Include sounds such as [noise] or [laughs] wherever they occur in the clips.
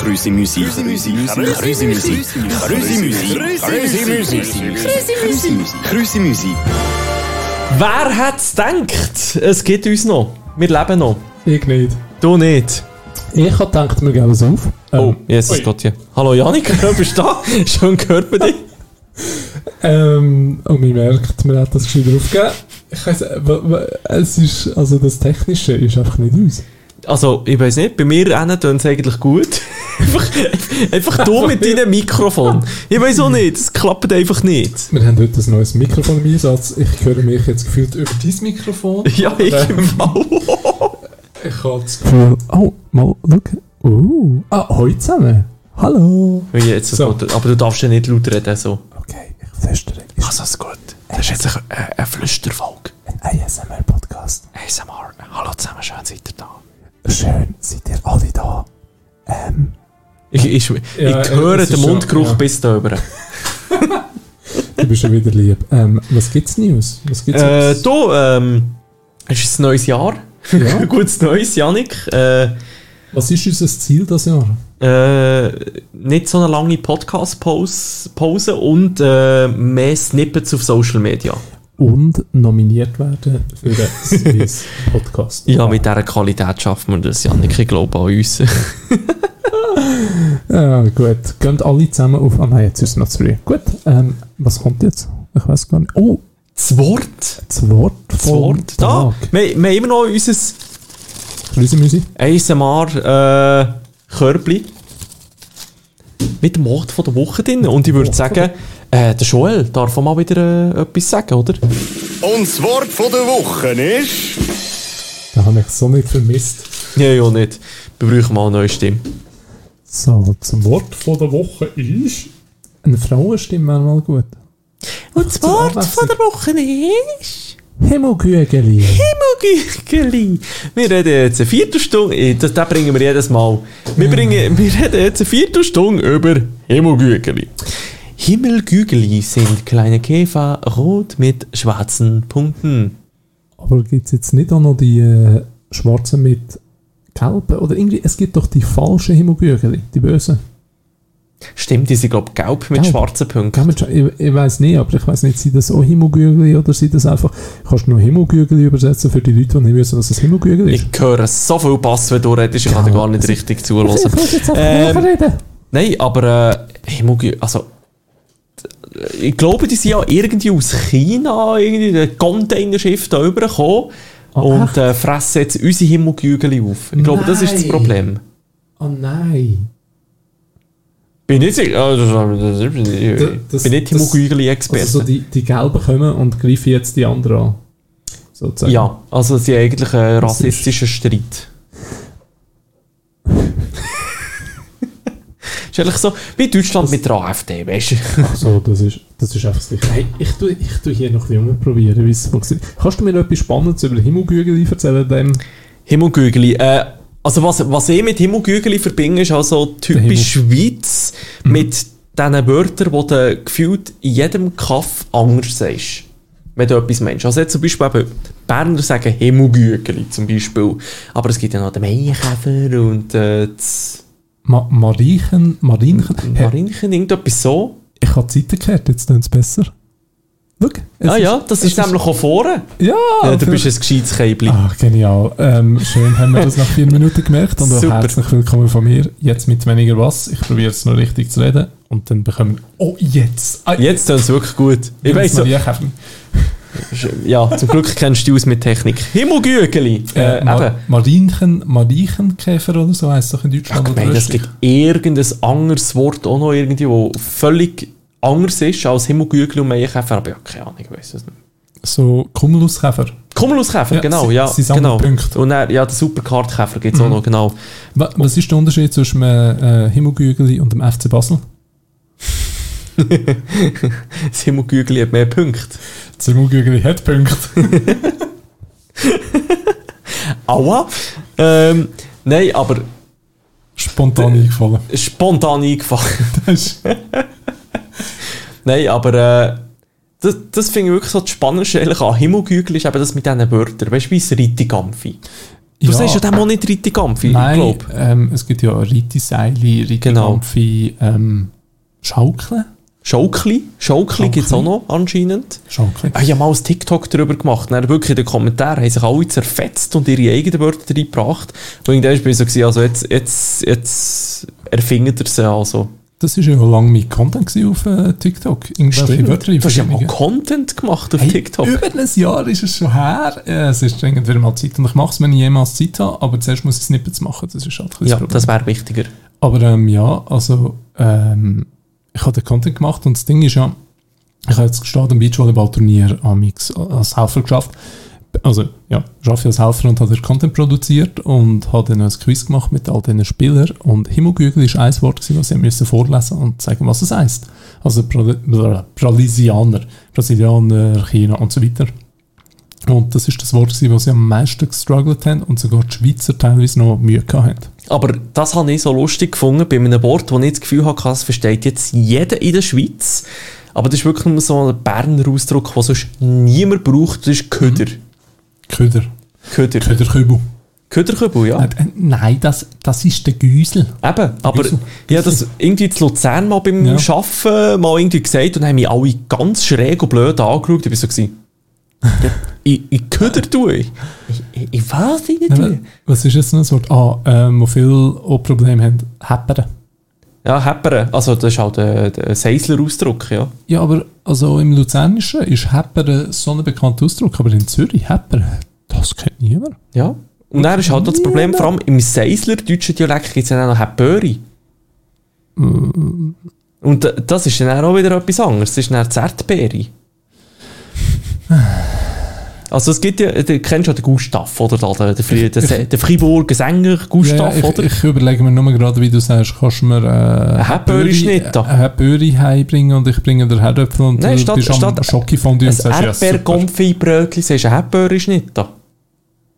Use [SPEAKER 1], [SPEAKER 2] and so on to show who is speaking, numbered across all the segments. [SPEAKER 1] Krüsi Musik. Krüsi Musik. Krüsi Musik. Krüsi Musik. Krüsi Musik. Krüsi Musik. Krüsi Musik.
[SPEAKER 2] Wer hat's gedacht? Es gibt uns noch. Wir leben noch.
[SPEAKER 3] Ich nicht.
[SPEAKER 2] Du nicht.
[SPEAKER 3] Ich habe gedacht, wir geben es auf.
[SPEAKER 2] Oh, Jesus Gott, ja. Hallo Janik, [laughs] du bist da. Schön gehört bei dir.
[SPEAKER 3] Ähm, und man merkt, man hat das geschwind aufgegeben. Ich weiss, äh, w- w- es ist, also das Technische ist einfach nicht uns.
[SPEAKER 2] Also, ich weiß nicht, bei mir tun es eigentlich gut. [laughs] einfach, einfach du mit deinem Mikrofon. Ich weiß auch nicht, es klappt einfach nicht.
[SPEAKER 3] Wir haben heute ein neues Mikrofon im Einsatz. Ich höre mich jetzt gefühlt über dein Mikrofon.
[SPEAKER 2] Ja, ich im Fall.
[SPEAKER 3] Ich habe das Gefühl, oh, mal, schau. Oh, ah, heute zusammen. Hallo.
[SPEAKER 2] Ui, jetzt,
[SPEAKER 3] So.
[SPEAKER 2] Aber du darfst ja nicht laut reden, so.
[SPEAKER 3] Okay, ich flüstere. Ist
[SPEAKER 2] Also, ist gut. Das ist jetzt ein, äh, ein Flüsterfolge.
[SPEAKER 3] ein ASMR-Podcast.
[SPEAKER 2] ASMR. Hallo zusammen, schön seid ihr da.
[SPEAKER 3] Schön, seid ihr alle da. Ähm,
[SPEAKER 2] Ich, ich,
[SPEAKER 3] Ja,
[SPEAKER 2] ich höre
[SPEAKER 3] es
[SPEAKER 2] den
[SPEAKER 3] ist schon-
[SPEAKER 2] Mundgeruch
[SPEAKER 3] ja.
[SPEAKER 2] bis da über.
[SPEAKER 3] Du bist schon wieder lieb. Ähm, was gibt's News? Was gibt's
[SPEAKER 2] Äh,
[SPEAKER 3] Neues?
[SPEAKER 2] du, ähm, es ist ein neues Jahr.
[SPEAKER 3] Ja.
[SPEAKER 2] [laughs] Gutes Neues, Janik. Äh,
[SPEAKER 3] Was ist unser Ziel dieses Jahr?
[SPEAKER 2] äh, nicht so eine lange Podcast-Pause und äh, mehr Snippets auf Social Media.
[SPEAKER 3] Und nominiert werden für den Swiss Podcast.
[SPEAKER 2] Ja, mit dieser Qualität schaffen wir das, Janik. Ich glaube an uns. [laughs]
[SPEAKER 3] Ja, Ah, gut. Geht alle zusammen auf. Ah nein, jetzt ist es noch zu früh. Gut, ähm, was kommt jetzt? Ich weiß gar nicht. Oh,
[SPEAKER 2] Das Wort.
[SPEAKER 3] das Wort
[SPEAKER 2] Das Wort. Da. Wir, wir haben immer noch unser
[SPEAKER 3] Grüße, Müsi.
[SPEAKER 2] ASMR-Körbli. äh, mit dem Wort von der Woche drin. Und ich würde sagen, äh, der Joel darf auch mal wieder äh, etwas sagen, oder? [laughs]
[SPEAKER 1] Und das Wort von der Woche ist...
[SPEAKER 3] Da habe ich so nicht vermisst.
[SPEAKER 2] Ja, ja, nicht. Wir brauchen mal eine neue Stimme.
[SPEAKER 3] So, zum Wort von der Woche ist... Eine Frauenstimme wäre mal gut.
[SPEAKER 2] Und das
[SPEAKER 3] Wort von der
[SPEAKER 2] Woche ist...
[SPEAKER 3] Hemogügeli.
[SPEAKER 2] Himmelgügeli. Wir reden jetzt eine Viertelstunde, eh, das, das bringen wir jedes Mal. Wir, bringen, wir reden jetzt eine Viertelstunde über Himmelgügeli. Himmelgügeli sind kleine Käfer, rot mit schwarzen Punkten.
[SPEAKER 3] Aber gibt es jetzt nicht auch noch die äh, schwarzen mit gelben? Oder irgendwie, es gibt doch die falschen Hemogügeli, die bösen.
[SPEAKER 2] Stimmt, die sind, glaube ich, gelb mit
[SPEAKER 3] Gelb.
[SPEAKER 2] schwarzen Punkten.
[SPEAKER 3] Gell, mit Sch- Ich, ich weiß nicht, aber ich weiß nicht, sind das auch Hemogügeli oder sind das einfach. Kannst du nur Hemogügeli übersetzen für die Leute, die nicht wissen, was das Hemogügeli ist?
[SPEAKER 2] Ich höre so viel Pass, wenn du redest, ich kann dir gar nicht richtig zuhören.
[SPEAKER 3] muss jetzt einfach
[SPEAKER 2] Ähm,
[SPEAKER 3] nachreden.
[SPEAKER 2] Nein, aber äh, ich muss, also d- ich glaube, die sind ja irgendwie aus China, irgendwie ein Containerschiff da rübergekommen und äh, fressen jetzt unsere Himmelgügel auf. Ich glaube, das ist das
[SPEAKER 3] Nein.
[SPEAKER 2] Problem.
[SPEAKER 3] Oh nein.
[SPEAKER 2] Bin nicht sicher, also, das-
[SPEAKER 3] das-
[SPEAKER 2] bin nicht Himmelgügel-Experte.
[SPEAKER 3] Also so die, die gelben kommen und greifen jetzt die anderen an. Sozusagen.
[SPEAKER 2] ja, also sie haben eigentlich einen rassistischen Streit. ist eigentlich so, wie Deutschland mit der AfD, weißt du?
[SPEAKER 3] Ach so, das ist, das ist einfach das Gleiche. Hey, ich tue, ich tue hier noch ein bisschen probieren, wie es funktioniert. Kannst du mir noch etwas Spannendes über Hemogügeli erzählen? Dem?
[SPEAKER 2] Himmelgügeli. Äh, also was, was ich mit Himmelgügeli verbinde, ist also typisch Schweiz mit diesen Wörtern, die du gefühlt in jedem Kaff anders sagst. Wenn du etwas meinst. Also jetzt zum Beispiel eben, Berner sagen Himmelgügeli zum Beispiel. Aber es gibt ja noch den Meienkäfer und äh, das
[SPEAKER 3] Ma Marienchen, Marienchen. Hey,
[SPEAKER 2] Marinchen, irgendetwas so.
[SPEAKER 3] ich habe die Seite gekehrt, jetzt tönt es besser. Schau. es
[SPEAKER 2] ah ja, das
[SPEAKER 3] es
[SPEAKER 2] ist nämlich auch vorne.
[SPEAKER 3] Ja,
[SPEAKER 2] Äh, du
[SPEAKER 3] für-
[SPEAKER 2] bist ein gescheites Käibli.
[SPEAKER 3] Ah, genial. Ähm, schön haben wir das nach vier Minuten gemerkt und auch
[SPEAKER 2] Super.
[SPEAKER 3] herzlich willkommen von mir. Jetzt mit weniger was. Ich probiere es noch richtig zu reden und dann bekommen wir. Oh, jetzt! Ah,
[SPEAKER 2] Jetzt tut es wirklich gut. Ich
[SPEAKER 3] jetzt
[SPEAKER 2] weiss so,
[SPEAKER 3] Marienkäfer.
[SPEAKER 2] ja, zum Glück kennst du aus mit Technik. Himmelgügeli. Äh,
[SPEAKER 3] Äh,
[SPEAKER 2] eben.
[SPEAKER 3] Ma Marienchen, Marienkäfer oder so heisst es doch in Deutschland.
[SPEAKER 2] Ich
[SPEAKER 3] oder
[SPEAKER 2] meine, es
[SPEAKER 3] Österreich.
[SPEAKER 2] gibt irgendein anderes Wort auch noch irgendwie, wo völlig anders ist als Himmelgügel und Meienkäfer, aber ich habe keine Ahnung, ich weiss es nicht.
[SPEAKER 3] so Cumuluskäfer.
[SPEAKER 2] Kumuluskäfer,
[SPEAKER 3] Ja,
[SPEAKER 2] genau,
[SPEAKER 3] sie-
[SPEAKER 2] ja,
[SPEAKER 3] sie sammeln
[SPEAKER 2] genau.
[SPEAKER 3] Punkte. Mhm.
[SPEAKER 2] Und dann, ja, der Supercard-Käfer gibt es auch noch, genau.
[SPEAKER 3] Wa- Was ist der Unterschied zwischen einem äh, Himmelgügeli und dem FC Basel?
[SPEAKER 2] Das Himmelgügel hat mehr Punkte.
[SPEAKER 3] Das Himmelgügeli hat Punkte.
[SPEAKER 2] Aua! Ähm, nein, aber
[SPEAKER 3] [laughs] Spontan eingefallen.
[SPEAKER 2] spontan eingefallen.
[SPEAKER 3] Das ist
[SPEAKER 2] [laughs] nein, aber äh, das, das finde ich wirklich so das Spannendste eigentlich an Himmelgügel ist eben das mit diesen Wörtern. Weißt du, wie das Rittigampfi. Du sagst ja dem auch nicht Reitikampfi, ich Genau.
[SPEAKER 3] Nein,
[SPEAKER 2] glaube.
[SPEAKER 3] ähm, es gibt ja Ritiseili, Ritikampfi, ähm, Schaukeln.
[SPEAKER 2] Schaukli, Schaukli
[SPEAKER 3] Schaukli.
[SPEAKER 2] gibt es auch noch anscheinend.
[SPEAKER 3] Schaukeln.
[SPEAKER 2] Ich habe mal ein TikTok darüber gemacht. Dann wirklich in den Kommentaren haben sich alle zerfetzt und ihre eigenen Wörter reingebracht. Und irgendwann war ich so, gewesen, also jetzt, jetzt, jetzt erfindet ihr sie also.
[SPEAKER 3] Das war ja lange mein Content gewesen auf äh, TikTok. Irgendwelche Wörter
[SPEAKER 2] Du hast ja mal
[SPEAKER 3] einfügen.
[SPEAKER 2] Content gemacht auf
[SPEAKER 3] Hey,
[SPEAKER 2] TikTok.
[SPEAKER 3] Über ein Jahr ist es schon her. Äh, Es ist dringend wieder mal Zeit. Und ich mache es, wenn ich jemals Zeit habe. Aber zuerst muss ich Snippets machen. Das ist halt ein bisschen
[SPEAKER 2] Ja,
[SPEAKER 3] Problem.
[SPEAKER 2] das wäre wichtiger.
[SPEAKER 3] Aber ähm, ja, also ähm, ich habe den Content gemacht und das Ding ist ja, ich habe jetzt gestartet am Beachvolleyball-Turnier Amix äh, als Helfer geschafft. Also ja, ich arbeite als Helfer und habe den Content produziert und habe dann ein Quiz gemacht mit all diesen Spielern und Himmelgügel war ein Wort, gewesen, was ich musste vorlesen und sagen, was es heisst. Also Brali- Bra- Brasilianer, Brasilianer, China und so weiter. Und das ist das Wort, gewesen, was sie am meisten gestruggelt haben und sogar die Schweizer teilweise noch Mühe gehabt haben.
[SPEAKER 2] Aber das habe ich so lustig gefunden bei einem Wort, wo ich das Gefühl hatte, das versteht jetzt jeder in der Schweiz. Aber das ist wirklich nur so ein Berner Ausdruck, den sonst niemand braucht. Das ist Köder.
[SPEAKER 3] Köder.
[SPEAKER 2] Köder.
[SPEAKER 3] Köderkübel.
[SPEAKER 2] Köderkübel, ja.
[SPEAKER 3] Äh, äh, Nein, das, das ist der Güsel.
[SPEAKER 2] Eben, aber
[SPEAKER 3] Wieso?
[SPEAKER 2] ich habe das irgendwie zu Luzern mal beim
[SPEAKER 3] Ja.
[SPEAKER 2] Arbeiten mal irgendwie gesagt und haben mich alle ganz schräg und blöd angeschaut. Ich war so, gewesen, ich, ich köder du. Ich, ich, ich weiß nicht.
[SPEAKER 3] Äh, Was ist jetzt noch ein Wort? Ah, ähm, wo viele auch Probleme haben. Häppern.
[SPEAKER 2] Ja, Hepperen. Also das ist halt äh, der Seisler-Ausdruck, ja.
[SPEAKER 3] Ja, aber also im Luzernischen ist Häppern so ein bekannter Ausdruck, aber in Zürich Häppern, das kennt niemand.
[SPEAKER 2] Ja. Und dann ist halt auch das Problem, vor allem im Seisler-deutschen Dialekt gibt es dann auch noch Heppöri.
[SPEAKER 3] Mm.
[SPEAKER 2] Und äh, das ist dann auch wieder etwas anderes. Das ist dann Zertbeere. Also es gibt ja, du kennst ja den Gustav, oder? da, Den, den, Fri- den, Se- den Freiburger Sänger Gustav,
[SPEAKER 3] ich,
[SPEAKER 2] oder?
[SPEAKER 3] ich überlege mir nur gerade, wie du sagst, kannst du mir äh,
[SPEAKER 2] Ein Häppöri-Schnitt da.
[SPEAKER 3] ein Häppöri heimbringen und ich bringe dir Herdöpfel und
[SPEAKER 2] Nein,
[SPEAKER 3] du
[SPEAKER 2] statt-
[SPEAKER 3] bist am
[SPEAKER 2] statt-
[SPEAKER 3] Schokifondue und
[SPEAKER 2] ein
[SPEAKER 3] sagst, Hm. ja, super.
[SPEAKER 2] Erdbeerkonfi-Brötchen, sagst du Häppöri-Schnitta.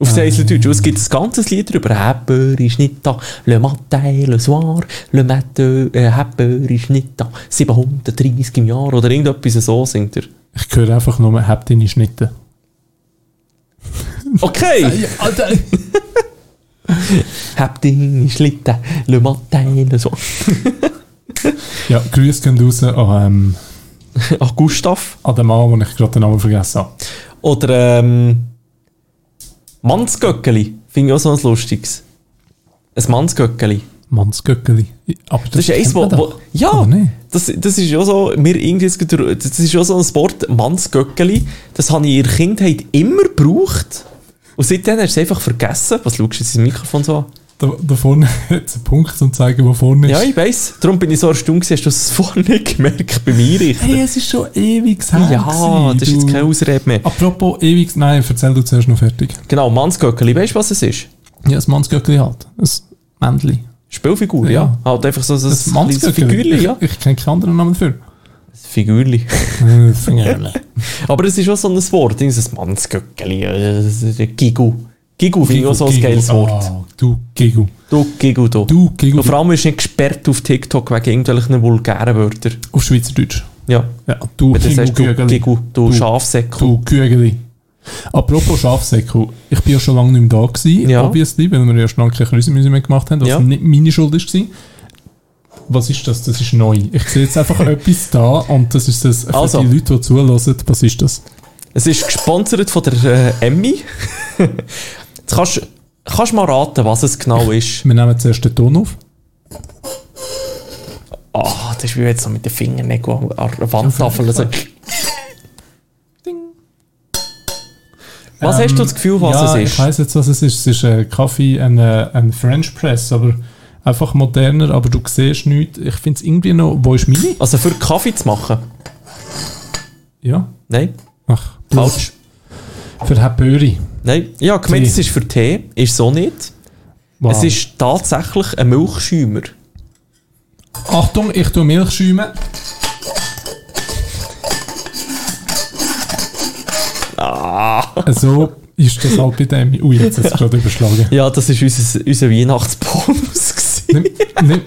[SPEAKER 2] Auf Seiseldeutsch. Und es gibt ein ganzes Lied darüber. Häppöri-Schnitta, le matin, le soir, le matin, äh, Häppöri-Schnitta, 730 im Jahr oder irgendetwas so singt er.
[SPEAKER 3] Ich höre einfach nur, hab deine Schnitte.
[SPEAKER 2] Okay! [laughs] Hab deine Schlitte, le matin, le soir.
[SPEAKER 3] Ja, Grüße gehen raus an, ähm,
[SPEAKER 2] Ach, Ah, Gustav.
[SPEAKER 3] an den Mann, wo ich gerade den Namen vergessen habe.
[SPEAKER 2] Oder ähm, Mannsgöckeli. Finde ich auch so ein lustiges. Ein Mannsgöckeli.
[SPEAKER 3] Mannsgöckeli. Aber
[SPEAKER 2] Das, ist eins,
[SPEAKER 3] kennt
[SPEAKER 2] wo,
[SPEAKER 3] man
[SPEAKER 2] wo
[SPEAKER 3] doch.
[SPEAKER 2] ja,
[SPEAKER 3] Oder nicht?
[SPEAKER 2] das, das ist ja so, mir irgendwie, ist gerade- das ist ja so ein Sport, Mannsgöckeli, das habe ich in der Kindheit immer gebraucht und seitdem hast du es einfach vergessen. Was schaust du jetzt ins Mikrofon so an?
[SPEAKER 3] Da, da vorne [laughs] hat es einen Punkt und zeigen, wo vorne
[SPEAKER 2] Ja,
[SPEAKER 3] ist.
[SPEAKER 2] ich weiss, darum bin ich so erstaunt gewesen, hast du es [laughs] vorher nicht gemerkt bei mir richtig.
[SPEAKER 3] Hey, es ist schon ewig her.
[SPEAKER 2] Ja, das ist jetzt
[SPEAKER 3] du. Ah.
[SPEAKER 2] keine Ausrede mehr.
[SPEAKER 3] Apropos ewig, nein, erzähl du zuerst noch fertig.
[SPEAKER 2] Genau, Mannsgöckeli, weißt du, was es ist?
[SPEAKER 3] Ja, das Mannsgöckeli halt. Das Männli.
[SPEAKER 2] Spielfigur, ja.
[SPEAKER 3] Ja.
[SPEAKER 2] Halt einfach so, so
[SPEAKER 3] Das
[SPEAKER 2] ein kleines
[SPEAKER 3] Mannsgöckeli.
[SPEAKER 2] Figürli, ja.
[SPEAKER 3] Ich, ich kenne keinen anderen
[SPEAKER 2] [laughs]
[SPEAKER 3] Namen dafür.
[SPEAKER 2] Figürli. [laughs]
[SPEAKER 3] Äh, Fingerle.
[SPEAKER 2] Aber es ist auch so ein Wort, irgendwie so ein Mannsgöckeli, äh, das ist ein Gigu. Gigu finde ich auch so ein
[SPEAKER 3] Gigu.
[SPEAKER 2] geiles Wort.
[SPEAKER 3] Ah, du Gigu.
[SPEAKER 2] Du, Gigu, du.
[SPEAKER 3] Du Gigu.
[SPEAKER 2] Und vor allem ist nicht gesperrt auf TikTok wegen irgendwelchen vulgären Wörtern.
[SPEAKER 3] Auf Schweizerdeutsch.
[SPEAKER 2] Ja.
[SPEAKER 3] Ja, du
[SPEAKER 2] Wenn du sagst, du,
[SPEAKER 3] Himmelgügeli.
[SPEAKER 2] Gigu, du, Schafsäckel.
[SPEAKER 3] Du Kügeli. Apropos Schafsäckel, ich bin ja schon lange nicht mehr da gewesen,
[SPEAKER 2] Ja.
[SPEAKER 3] obviously, weil wir ja schon lange keine Kreusemüse mehr gemacht haben, was
[SPEAKER 2] Ja.
[SPEAKER 3] nicht meine Schuld ist gewesen. Was ist das? Das ist neu. Ich sehe
[SPEAKER 2] [laughs]
[SPEAKER 3] jetzt einfach etwas da und das ist das, für
[SPEAKER 2] Also.
[SPEAKER 3] die Leute, die zulassen, was ist das?
[SPEAKER 2] Es ist gesponsert von der äh, Emmy. [laughs] Jetzt kannst kannst du mal raten, was es genau ist.
[SPEAKER 3] Wir nehmen zuerst den Ton auf.
[SPEAKER 2] Ah, das ist wie jetzt so mit den Fingernägeln an- an der Wandtafel. Also,
[SPEAKER 3] Ding. Ähm,
[SPEAKER 2] was Also, hast du das Gefühl, was
[SPEAKER 3] ja,
[SPEAKER 2] es
[SPEAKER 3] ich
[SPEAKER 2] ist?
[SPEAKER 3] weiss jetzt, was es ist. Es ist ein Kaffee, ein, äh, ein French Press, aber einfach moderner, aber du siehst nichts. Ich finde es irgendwie noch... Wo ist meine?
[SPEAKER 2] Also für Kaffee zu machen?
[SPEAKER 3] Ja.
[SPEAKER 2] Nein,
[SPEAKER 3] Ach,
[SPEAKER 2] falsch.
[SPEAKER 3] Für Häppöri.
[SPEAKER 2] Nein, ja, gemeint,
[SPEAKER 3] Tee.
[SPEAKER 2] es ist für Tee, ist so nicht.
[SPEAKER 3] Wow.
[SPEAKER 2] Es ist tatsächlich ein Milchschäumer.
[SPEAKER 3] Achtung, ich tue Milch schäumen.
[SPEAKER 2] Ah.
[SPEAKER 3] So ist das halt bei dem. Ui, jetzt ist es gerade überschlagen. [laughs]
[SPEAKER 2] Ja, das war unser, unser Weihnachtsbonus. gewesen.
[SPEAKER 3] Nimm,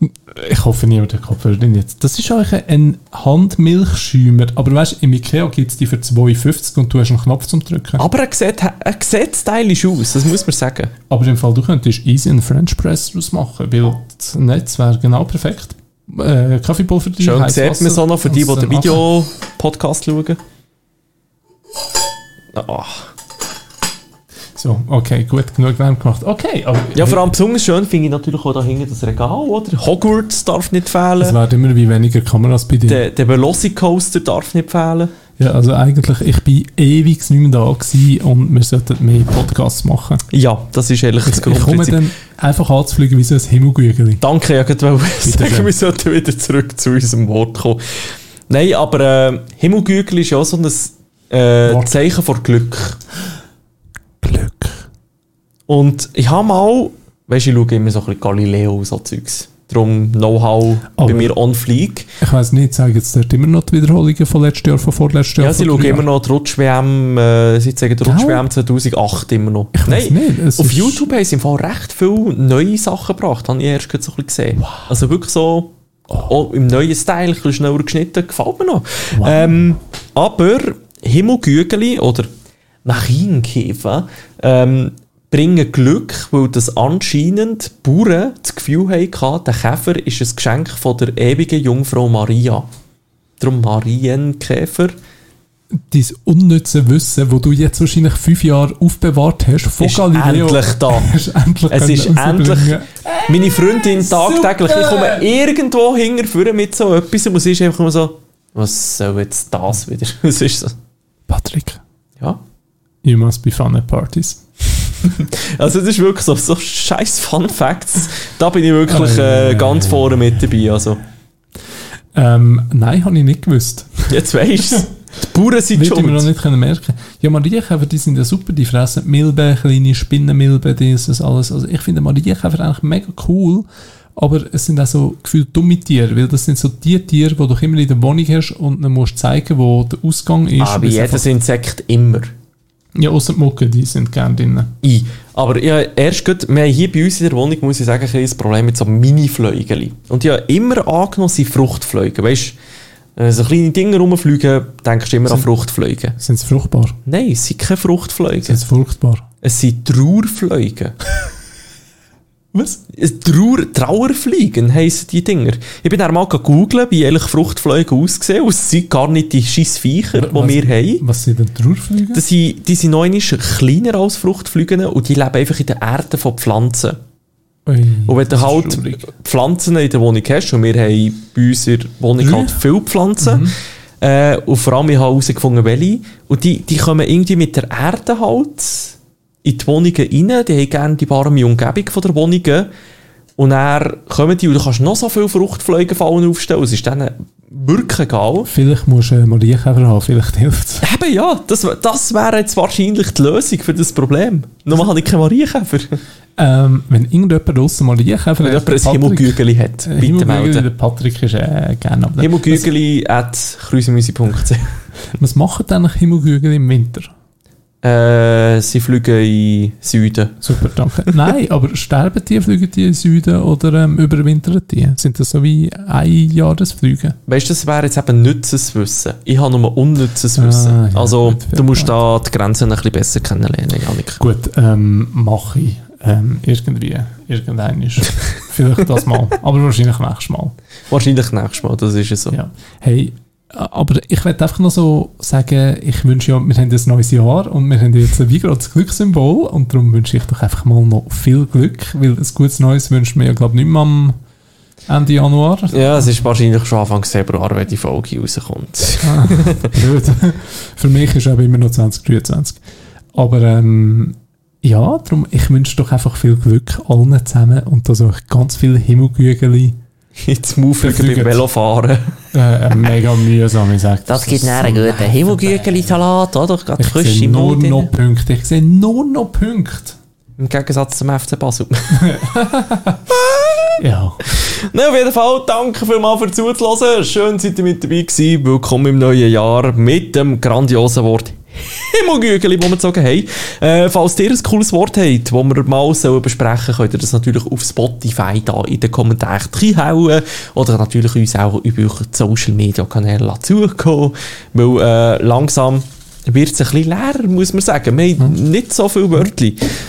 [SPEAKER 3] nimm, ich hoffe, niemand hat Kopfhörer drin jetzt. Das ist eigentlich ein Handmilchschäumer. Aber weißt du, im Ikea gibt es die für 2,50 und du hast einen Knopf zum Drücken.
[SPEAKER 2] Aber er sieht, er sieht stylisch aus, das muss man sagen.
[SPEAKER 3] Aber im Fall, du könntest easy einen French Press draus machen, weil das Netz wäre genau perfekt. Äh, Kaffeepulver drin,
[SPEAKER 2] Schön
[SPEAKER 3] heißes
[SPEAKER 2] sieht man
[SPEAKER 3] Wasser
[SPEAKER 2] so noch für die, die
[SPEAKER 3] und
[SPEAKER 2] den
[SPEAKER 3] dann ab.
[SPEAKER 2] Videopodcast schauen. Ah. Ach.
[SPEAKER 3] So, okay, gut, genug Wärme gemacht. Okay, aber...
[SPEAKER 2] Ja, vor allem besonders schön finde ich natürlich auch da hinten das Regal, oder? Hogwarts darf nicht
[SPEAKER 3] Es
[SPEAKER 2] fehlen.
[SPEAKER 3] werden immer wie weniger Kameras bei dir.
[SPEAKER 2] Der, der Velocicoaster darf nicht fehlen.
[SPEAKER 3] Ja, also eigentlich, ich bin ewig nicht mehr da gewesen und wir sollten mehr Podcasts machen.
[SPEAKER 2] Ja, das ist eigentlich das
[SPEAKER 3] Ich, ich komme
[SPEAKER 2] Grundprinzip.
[SPEAKER 3] dann einfach anzufliegen wie so ein Himmelgügeli.
[SPEAKER 2] Danke, ja, gerade wollte ich
[SPEAKER 3] schön.
[SPEAKER 2] [laughs] sagen, wir sollten wieder zurück zu unserem Wort kommen. Nein, aber äh, Himmelgügel ist ja auch so ein äh,
[SPEAKER 3] Wort.
[SPEAKER 2] Zeichen von Glück.
[SPEAKER 3] Glück.
[SPEAKER 2] Und ich habe mal, weißt du, ich schaue immer so ein bisschen Galileo und so Zeugs. Darum Know-how bei
[SPEAKER 3] Aber-
[SPEAKER 2] mir on fleek.
[SPEAKER 3] Ich weiss nicht, sagen jetzt dort immer noch die Wiederholungen von letztem Jahr, von vorletztem Jahr?
[SPEAKER 2] Ja, sie
[SPEAKER 3] von
[SPEAKER 2] schauen
[SPEAKER 3] drei
[SPEAKER 2] immer
[SPEAKER 3] Jahren?
[SPEAKER 2] noch die Rutsch-WM, äh, sie zeigen die
[SPEAKER 3] Genau.
[SPEAKER 2] Rutsch-WM 2008 immer noch.
[SPEAKER 3] Ich weiss nicht, es
[SPEAKER 2] auf
[SPEAKER 3] ist-
[SPEAKER 2] YouTube haben sie im Fall recht viele neue Sachen gebracht, habe ich erst gerade so ein bisschen gesehen. Also wirklich so
[SPEAKER 3] Oh.
[SPEAKER 2] auch im neuen Style, ein bisschen schneller geschnitten, gefällt mir noch. Ähm, aber Himmelgügeli oder Marienkäfer ähm, bringen Glück, weil das anscheinend die Bauern das Gefühl hatten, der Käfer ist ein Geschenk von der ewigen Jungfrau Maria. Darum Marienkäfer.
[SPEAKER 3] Dein unnütze Wissen, das du jetzt wahrscheinlich fünf Jahre aufbewahrt hast, von
[SPEAKER 2] Ist
[SPEAKER 3] Galileo.
[SPEAKER 2] endlich [laughs] da.
[SPEAKER 3] [laughs] Hast endlich
[SPEAKER 2] Es
[SPEAKER 3] können
[SPEAKER 2] ist endlich.
[SPEAKER 3] rausbringen.
[SPEAKER 2] Meine Freundin tagtäglich, ich komme irgendwo hinterführen mit so etwas und sie ist einfach immer so, was soll jetzt das wieder? [laughs] Es ist so,
[SPEAKER 3] Patrick,
[SPEAKER 2] ja.
[SPEAKER 3] you must be fun at parties.
[SPEAKER 2] Also das ist wirklich so, so scheiß Fun Facts. Da bin ich wirklich äh, ganz vorne mit dabei. Also,
[SPEAKER 3] Ähm, nein, habe ich nicht gewusst.
[SPEAKER 2] jetzt weisst du's. Die Bauern sind
[SPEAKER 3] Wird immer noch
[SPEAKER 2] schon.
[SPEAKER 3] nicht können merken. Ja, Marienkäfer, die sind ja super, die fressen die Milben, kleine Spinnenmilben, dieses, alles. Also ich finde Marienkäfer eigentlich mega cool, aber es sind auch so gefühlt dumme Tiere, weil das sind so die Tiere, die du immer in der Wohnung hast und dann musst du zeigen, wo der Ausgang ist.
[SPEAKER 2] Aber
[SPEAKER 3] Weil sie
[SPEAKER 2] Ah, jedes Insekt immer.
[SPEAKER 3] einfach- Ja, außer die Mucke, die sind gerne drinnen.
[SPEAKER 2] ein. Aber ja, erst gut, wir haben hier bei uns in der Wohnung, muss ich sagen, ein kleines Problem mit so Mini-Fliegeli. Und ja, immer angenommen sind Fruchtfliegen. Weißt du, so kleine Dinge rumfliegen, denkst du immer an Fruchtfliegen.
[SPEAKER 3] Sind sie fruchtbar?
[SPEAKER 2] Nein, es sind keine Fruchtfliegen.
[SPEAKER 3] Sind sie fruchtbar?
[SPEAKER 2] Es sind Trauerfliegen.
[SPEAKER 3] [laughs] Was?
[SPEAKER 2] Es- Trauer, Trauerfliegen heissen die Dinger. Ich bin dann mal gegoogelt, wie eigentlich Fruchtfliegen aussehen. Und es sind gar nicht die scheiß Viecher, die
[SPEAKER 3] Was-
[SPEAKER 2] wir haben.
[SPEAKER 3] Was sind denn Trauerfliegen?
[SPEAKER 2] Das sind, die sind noch einmal kleiner als Fruchtfliegen und die leben einfach in der Erde von Pflanzen.
[SPEAKER 3] Ui,
[SPEAKER 2] Und wenn
[SPEAKER 3] das
[SPEAKER 2] du
[SPEAKER 3] ist
[SPEAKER 2] halt
[SPEAKER 3] traurig.
[SPEAKER 2] Pflanzen in der Wohnung hast, und wir haben bei uns in der Wohnung
[SPEAKER 3] Drei?
[SPEAKER 2] halt viele Pflanzen,
[SPEAKER 3] Mhm.
[SPEAKER 2] äh, und vor allem ich habe herausgefunden, welche, und die, die kommen irgendwie mit der Erde halt in die Wohnungen rein, die haben gerne die warme Umgebung von der Wohnungen, und dann kommen die, und du kannst noch so viele Fruchtfliegenfallen aufstellen, es ist dann wirklich egal.
[SPEAKER 3] Vielleicht musst du äh, Marienkäfer haben, vielleicht hilft es.
[SPEAKER 2] Eben ja, das, das wäre jetzt wahrscheinlich die Lösung für das Problem. Nur habe ich keinen Marienkäfer.
[SPEAKER 3] Ähm, wenn irgendjemand draussen Marienkäfer
[SPEAKER 2] Wenn jemand ein Himmelgügeli hat,
[SPEAKER 3] Äh,
[SPEAKER 2] bitte
[SPEAKER 3] Himmelbürger,
[SPEAKER 2] melden.
[SPEAKER 3] Der Patrick ist äh, gerne ab.
[SPEAKER 2] Himmelgügeli at krüsemüsi.ch
[SPEAKER 3] Was, was machen denn eigentlich Himmelgügel im Winter?
[SPEAKER 2] äh, Sie fliegen in Süden.
[SPEAKER 3] Super, danke. [laughs] Nein, aber sterben die, fliegen die in den Süden oder ähm, überwintern die? Sind das so wie Einjahresflüge?
[SPEAKER 2] Weißt du, das wäre jetzt eben nützes Wissen. Ich habe nur unnützes
[SPEAKER 3] Ah,
[SPEAKER 2] Wissen.
[SPEAKER 3] ja,
[SPEAKER 2] also,
[SPEAKER 3] gut, fair
[SPEAKER 2] du musst da die Grenzen ein bisschen besser kennenlernen, Janik.
[SPEAKER 3] Gut, ähm, mache ich. Ähm, irgendwie, irgendein [laughs] Vielleicht das mal, aber wahrscheinlich nächstes Mal.
[SPEAKER 2] Wahrscheinlich nächstes Mal, das ist ja so.
[SPEAKER 3] Ja. Hey, äh, aber ich werde einfach noch so sagen, ich wünsche ja, wir haben ein neues Jahr und wir haben jetzt wie gerade das Glückssymbol und darum wünsche ich doch einfach mal noch viel Glück, weil ein gutes Neues wünscht mir ja, glaube ich, nicht mehr am Ende Januar.
[SPEAKER 2] Ja, es ist wahrscheinlich schon Anfang Februar, wenn die Folge rauskommt.
[SPEAKER 3] Ah, blöd. [laughs] Für mich ist aber immer noch 2023. Aber ähm, ja, darum, ich wünsche doch einfach viel Glück allen zusammen und dass euch ganz viele Himmelgügeli
[SPEAKER 2] Jetzt Maufliegen
[SPEAKER 3] Verflügelt.
[SPEAKER 2] beim Velofahren.
[SPEAKER 3] äh, mega mühsam, ich sage
[SPEAKER 2] Das gibt einen guten Himmelgügeli-Salat, oder? Gerade
[SPEAKER 3] Ich
[SPEAKER 2] frisch
[SPEAKER 3] sehe
[SPEAKER 2] im
[SPEAKER 3] nur
[SPEAKER 2] Mund.
[SPEAKER 3] noch
[SPEAKER 2] rein.
[SPEAKER 3] Punkte. Ich sehe nur noch Punkte.
[SPEAKER 2] Im Gegensatz zum FC Basel.
[SPEAKER 3] Ja.
[SPEAKER 2] Na, auf jeden Fall, danke vielmals für Zuhören. Schön, seid ihr mit dabei gewesen. Willkommen im neuen Jahr mit dem grandiosen Wort Himmelgügel, die wir gezogen haben. Äh, falls ihr ein cooles Wort habt, das wir mal sollen besprechen sollen, könnt ihr das natürlich auf Spotify da in den Kommentaren reinhauen. Oder natürlich uns auch über eure Social Media Kanäle zukommen. Weil äh, langsam wird es ein bisschen leer, muss man sagen. Wir haben nicht so viele Wörter.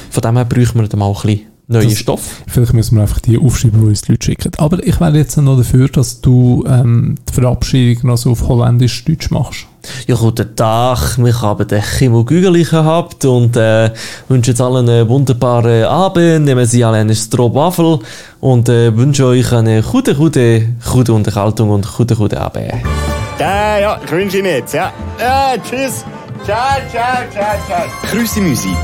[SPEAKER 2] Von dem her bräuchten wir dann mal ein bisschen neuen
[SPEAKER 3] Das-
[SPEAKER 2] Stoff.
[SPEAKER 3] Vielleicht müssen wir einfach die aufschreiben, die uns die Leute schicken. Aber ich wäre jetzt noch dafür, dass du ähm, die Verabschiedung noch so auf Holländisch-Deutsch machst.
[SPEAKER 2] Ja, guten Tag. Wir haben den Chimo Gügeli gehabt und äh, wünschen jetzt allen einen wunderbaren Abend. Nehmen Sie alle einen Strohwaffel und äh, wünsche euch eine gute, gute, gute Unterhaltung und gute, gute Abend.
[SPEAKER 1] Äh, Ja, Äh, ja, ich wünsche Ihnen jetzt, ja. Ja, tschüss. Ciao, ciao, ciao, ciao. Grüße Musik.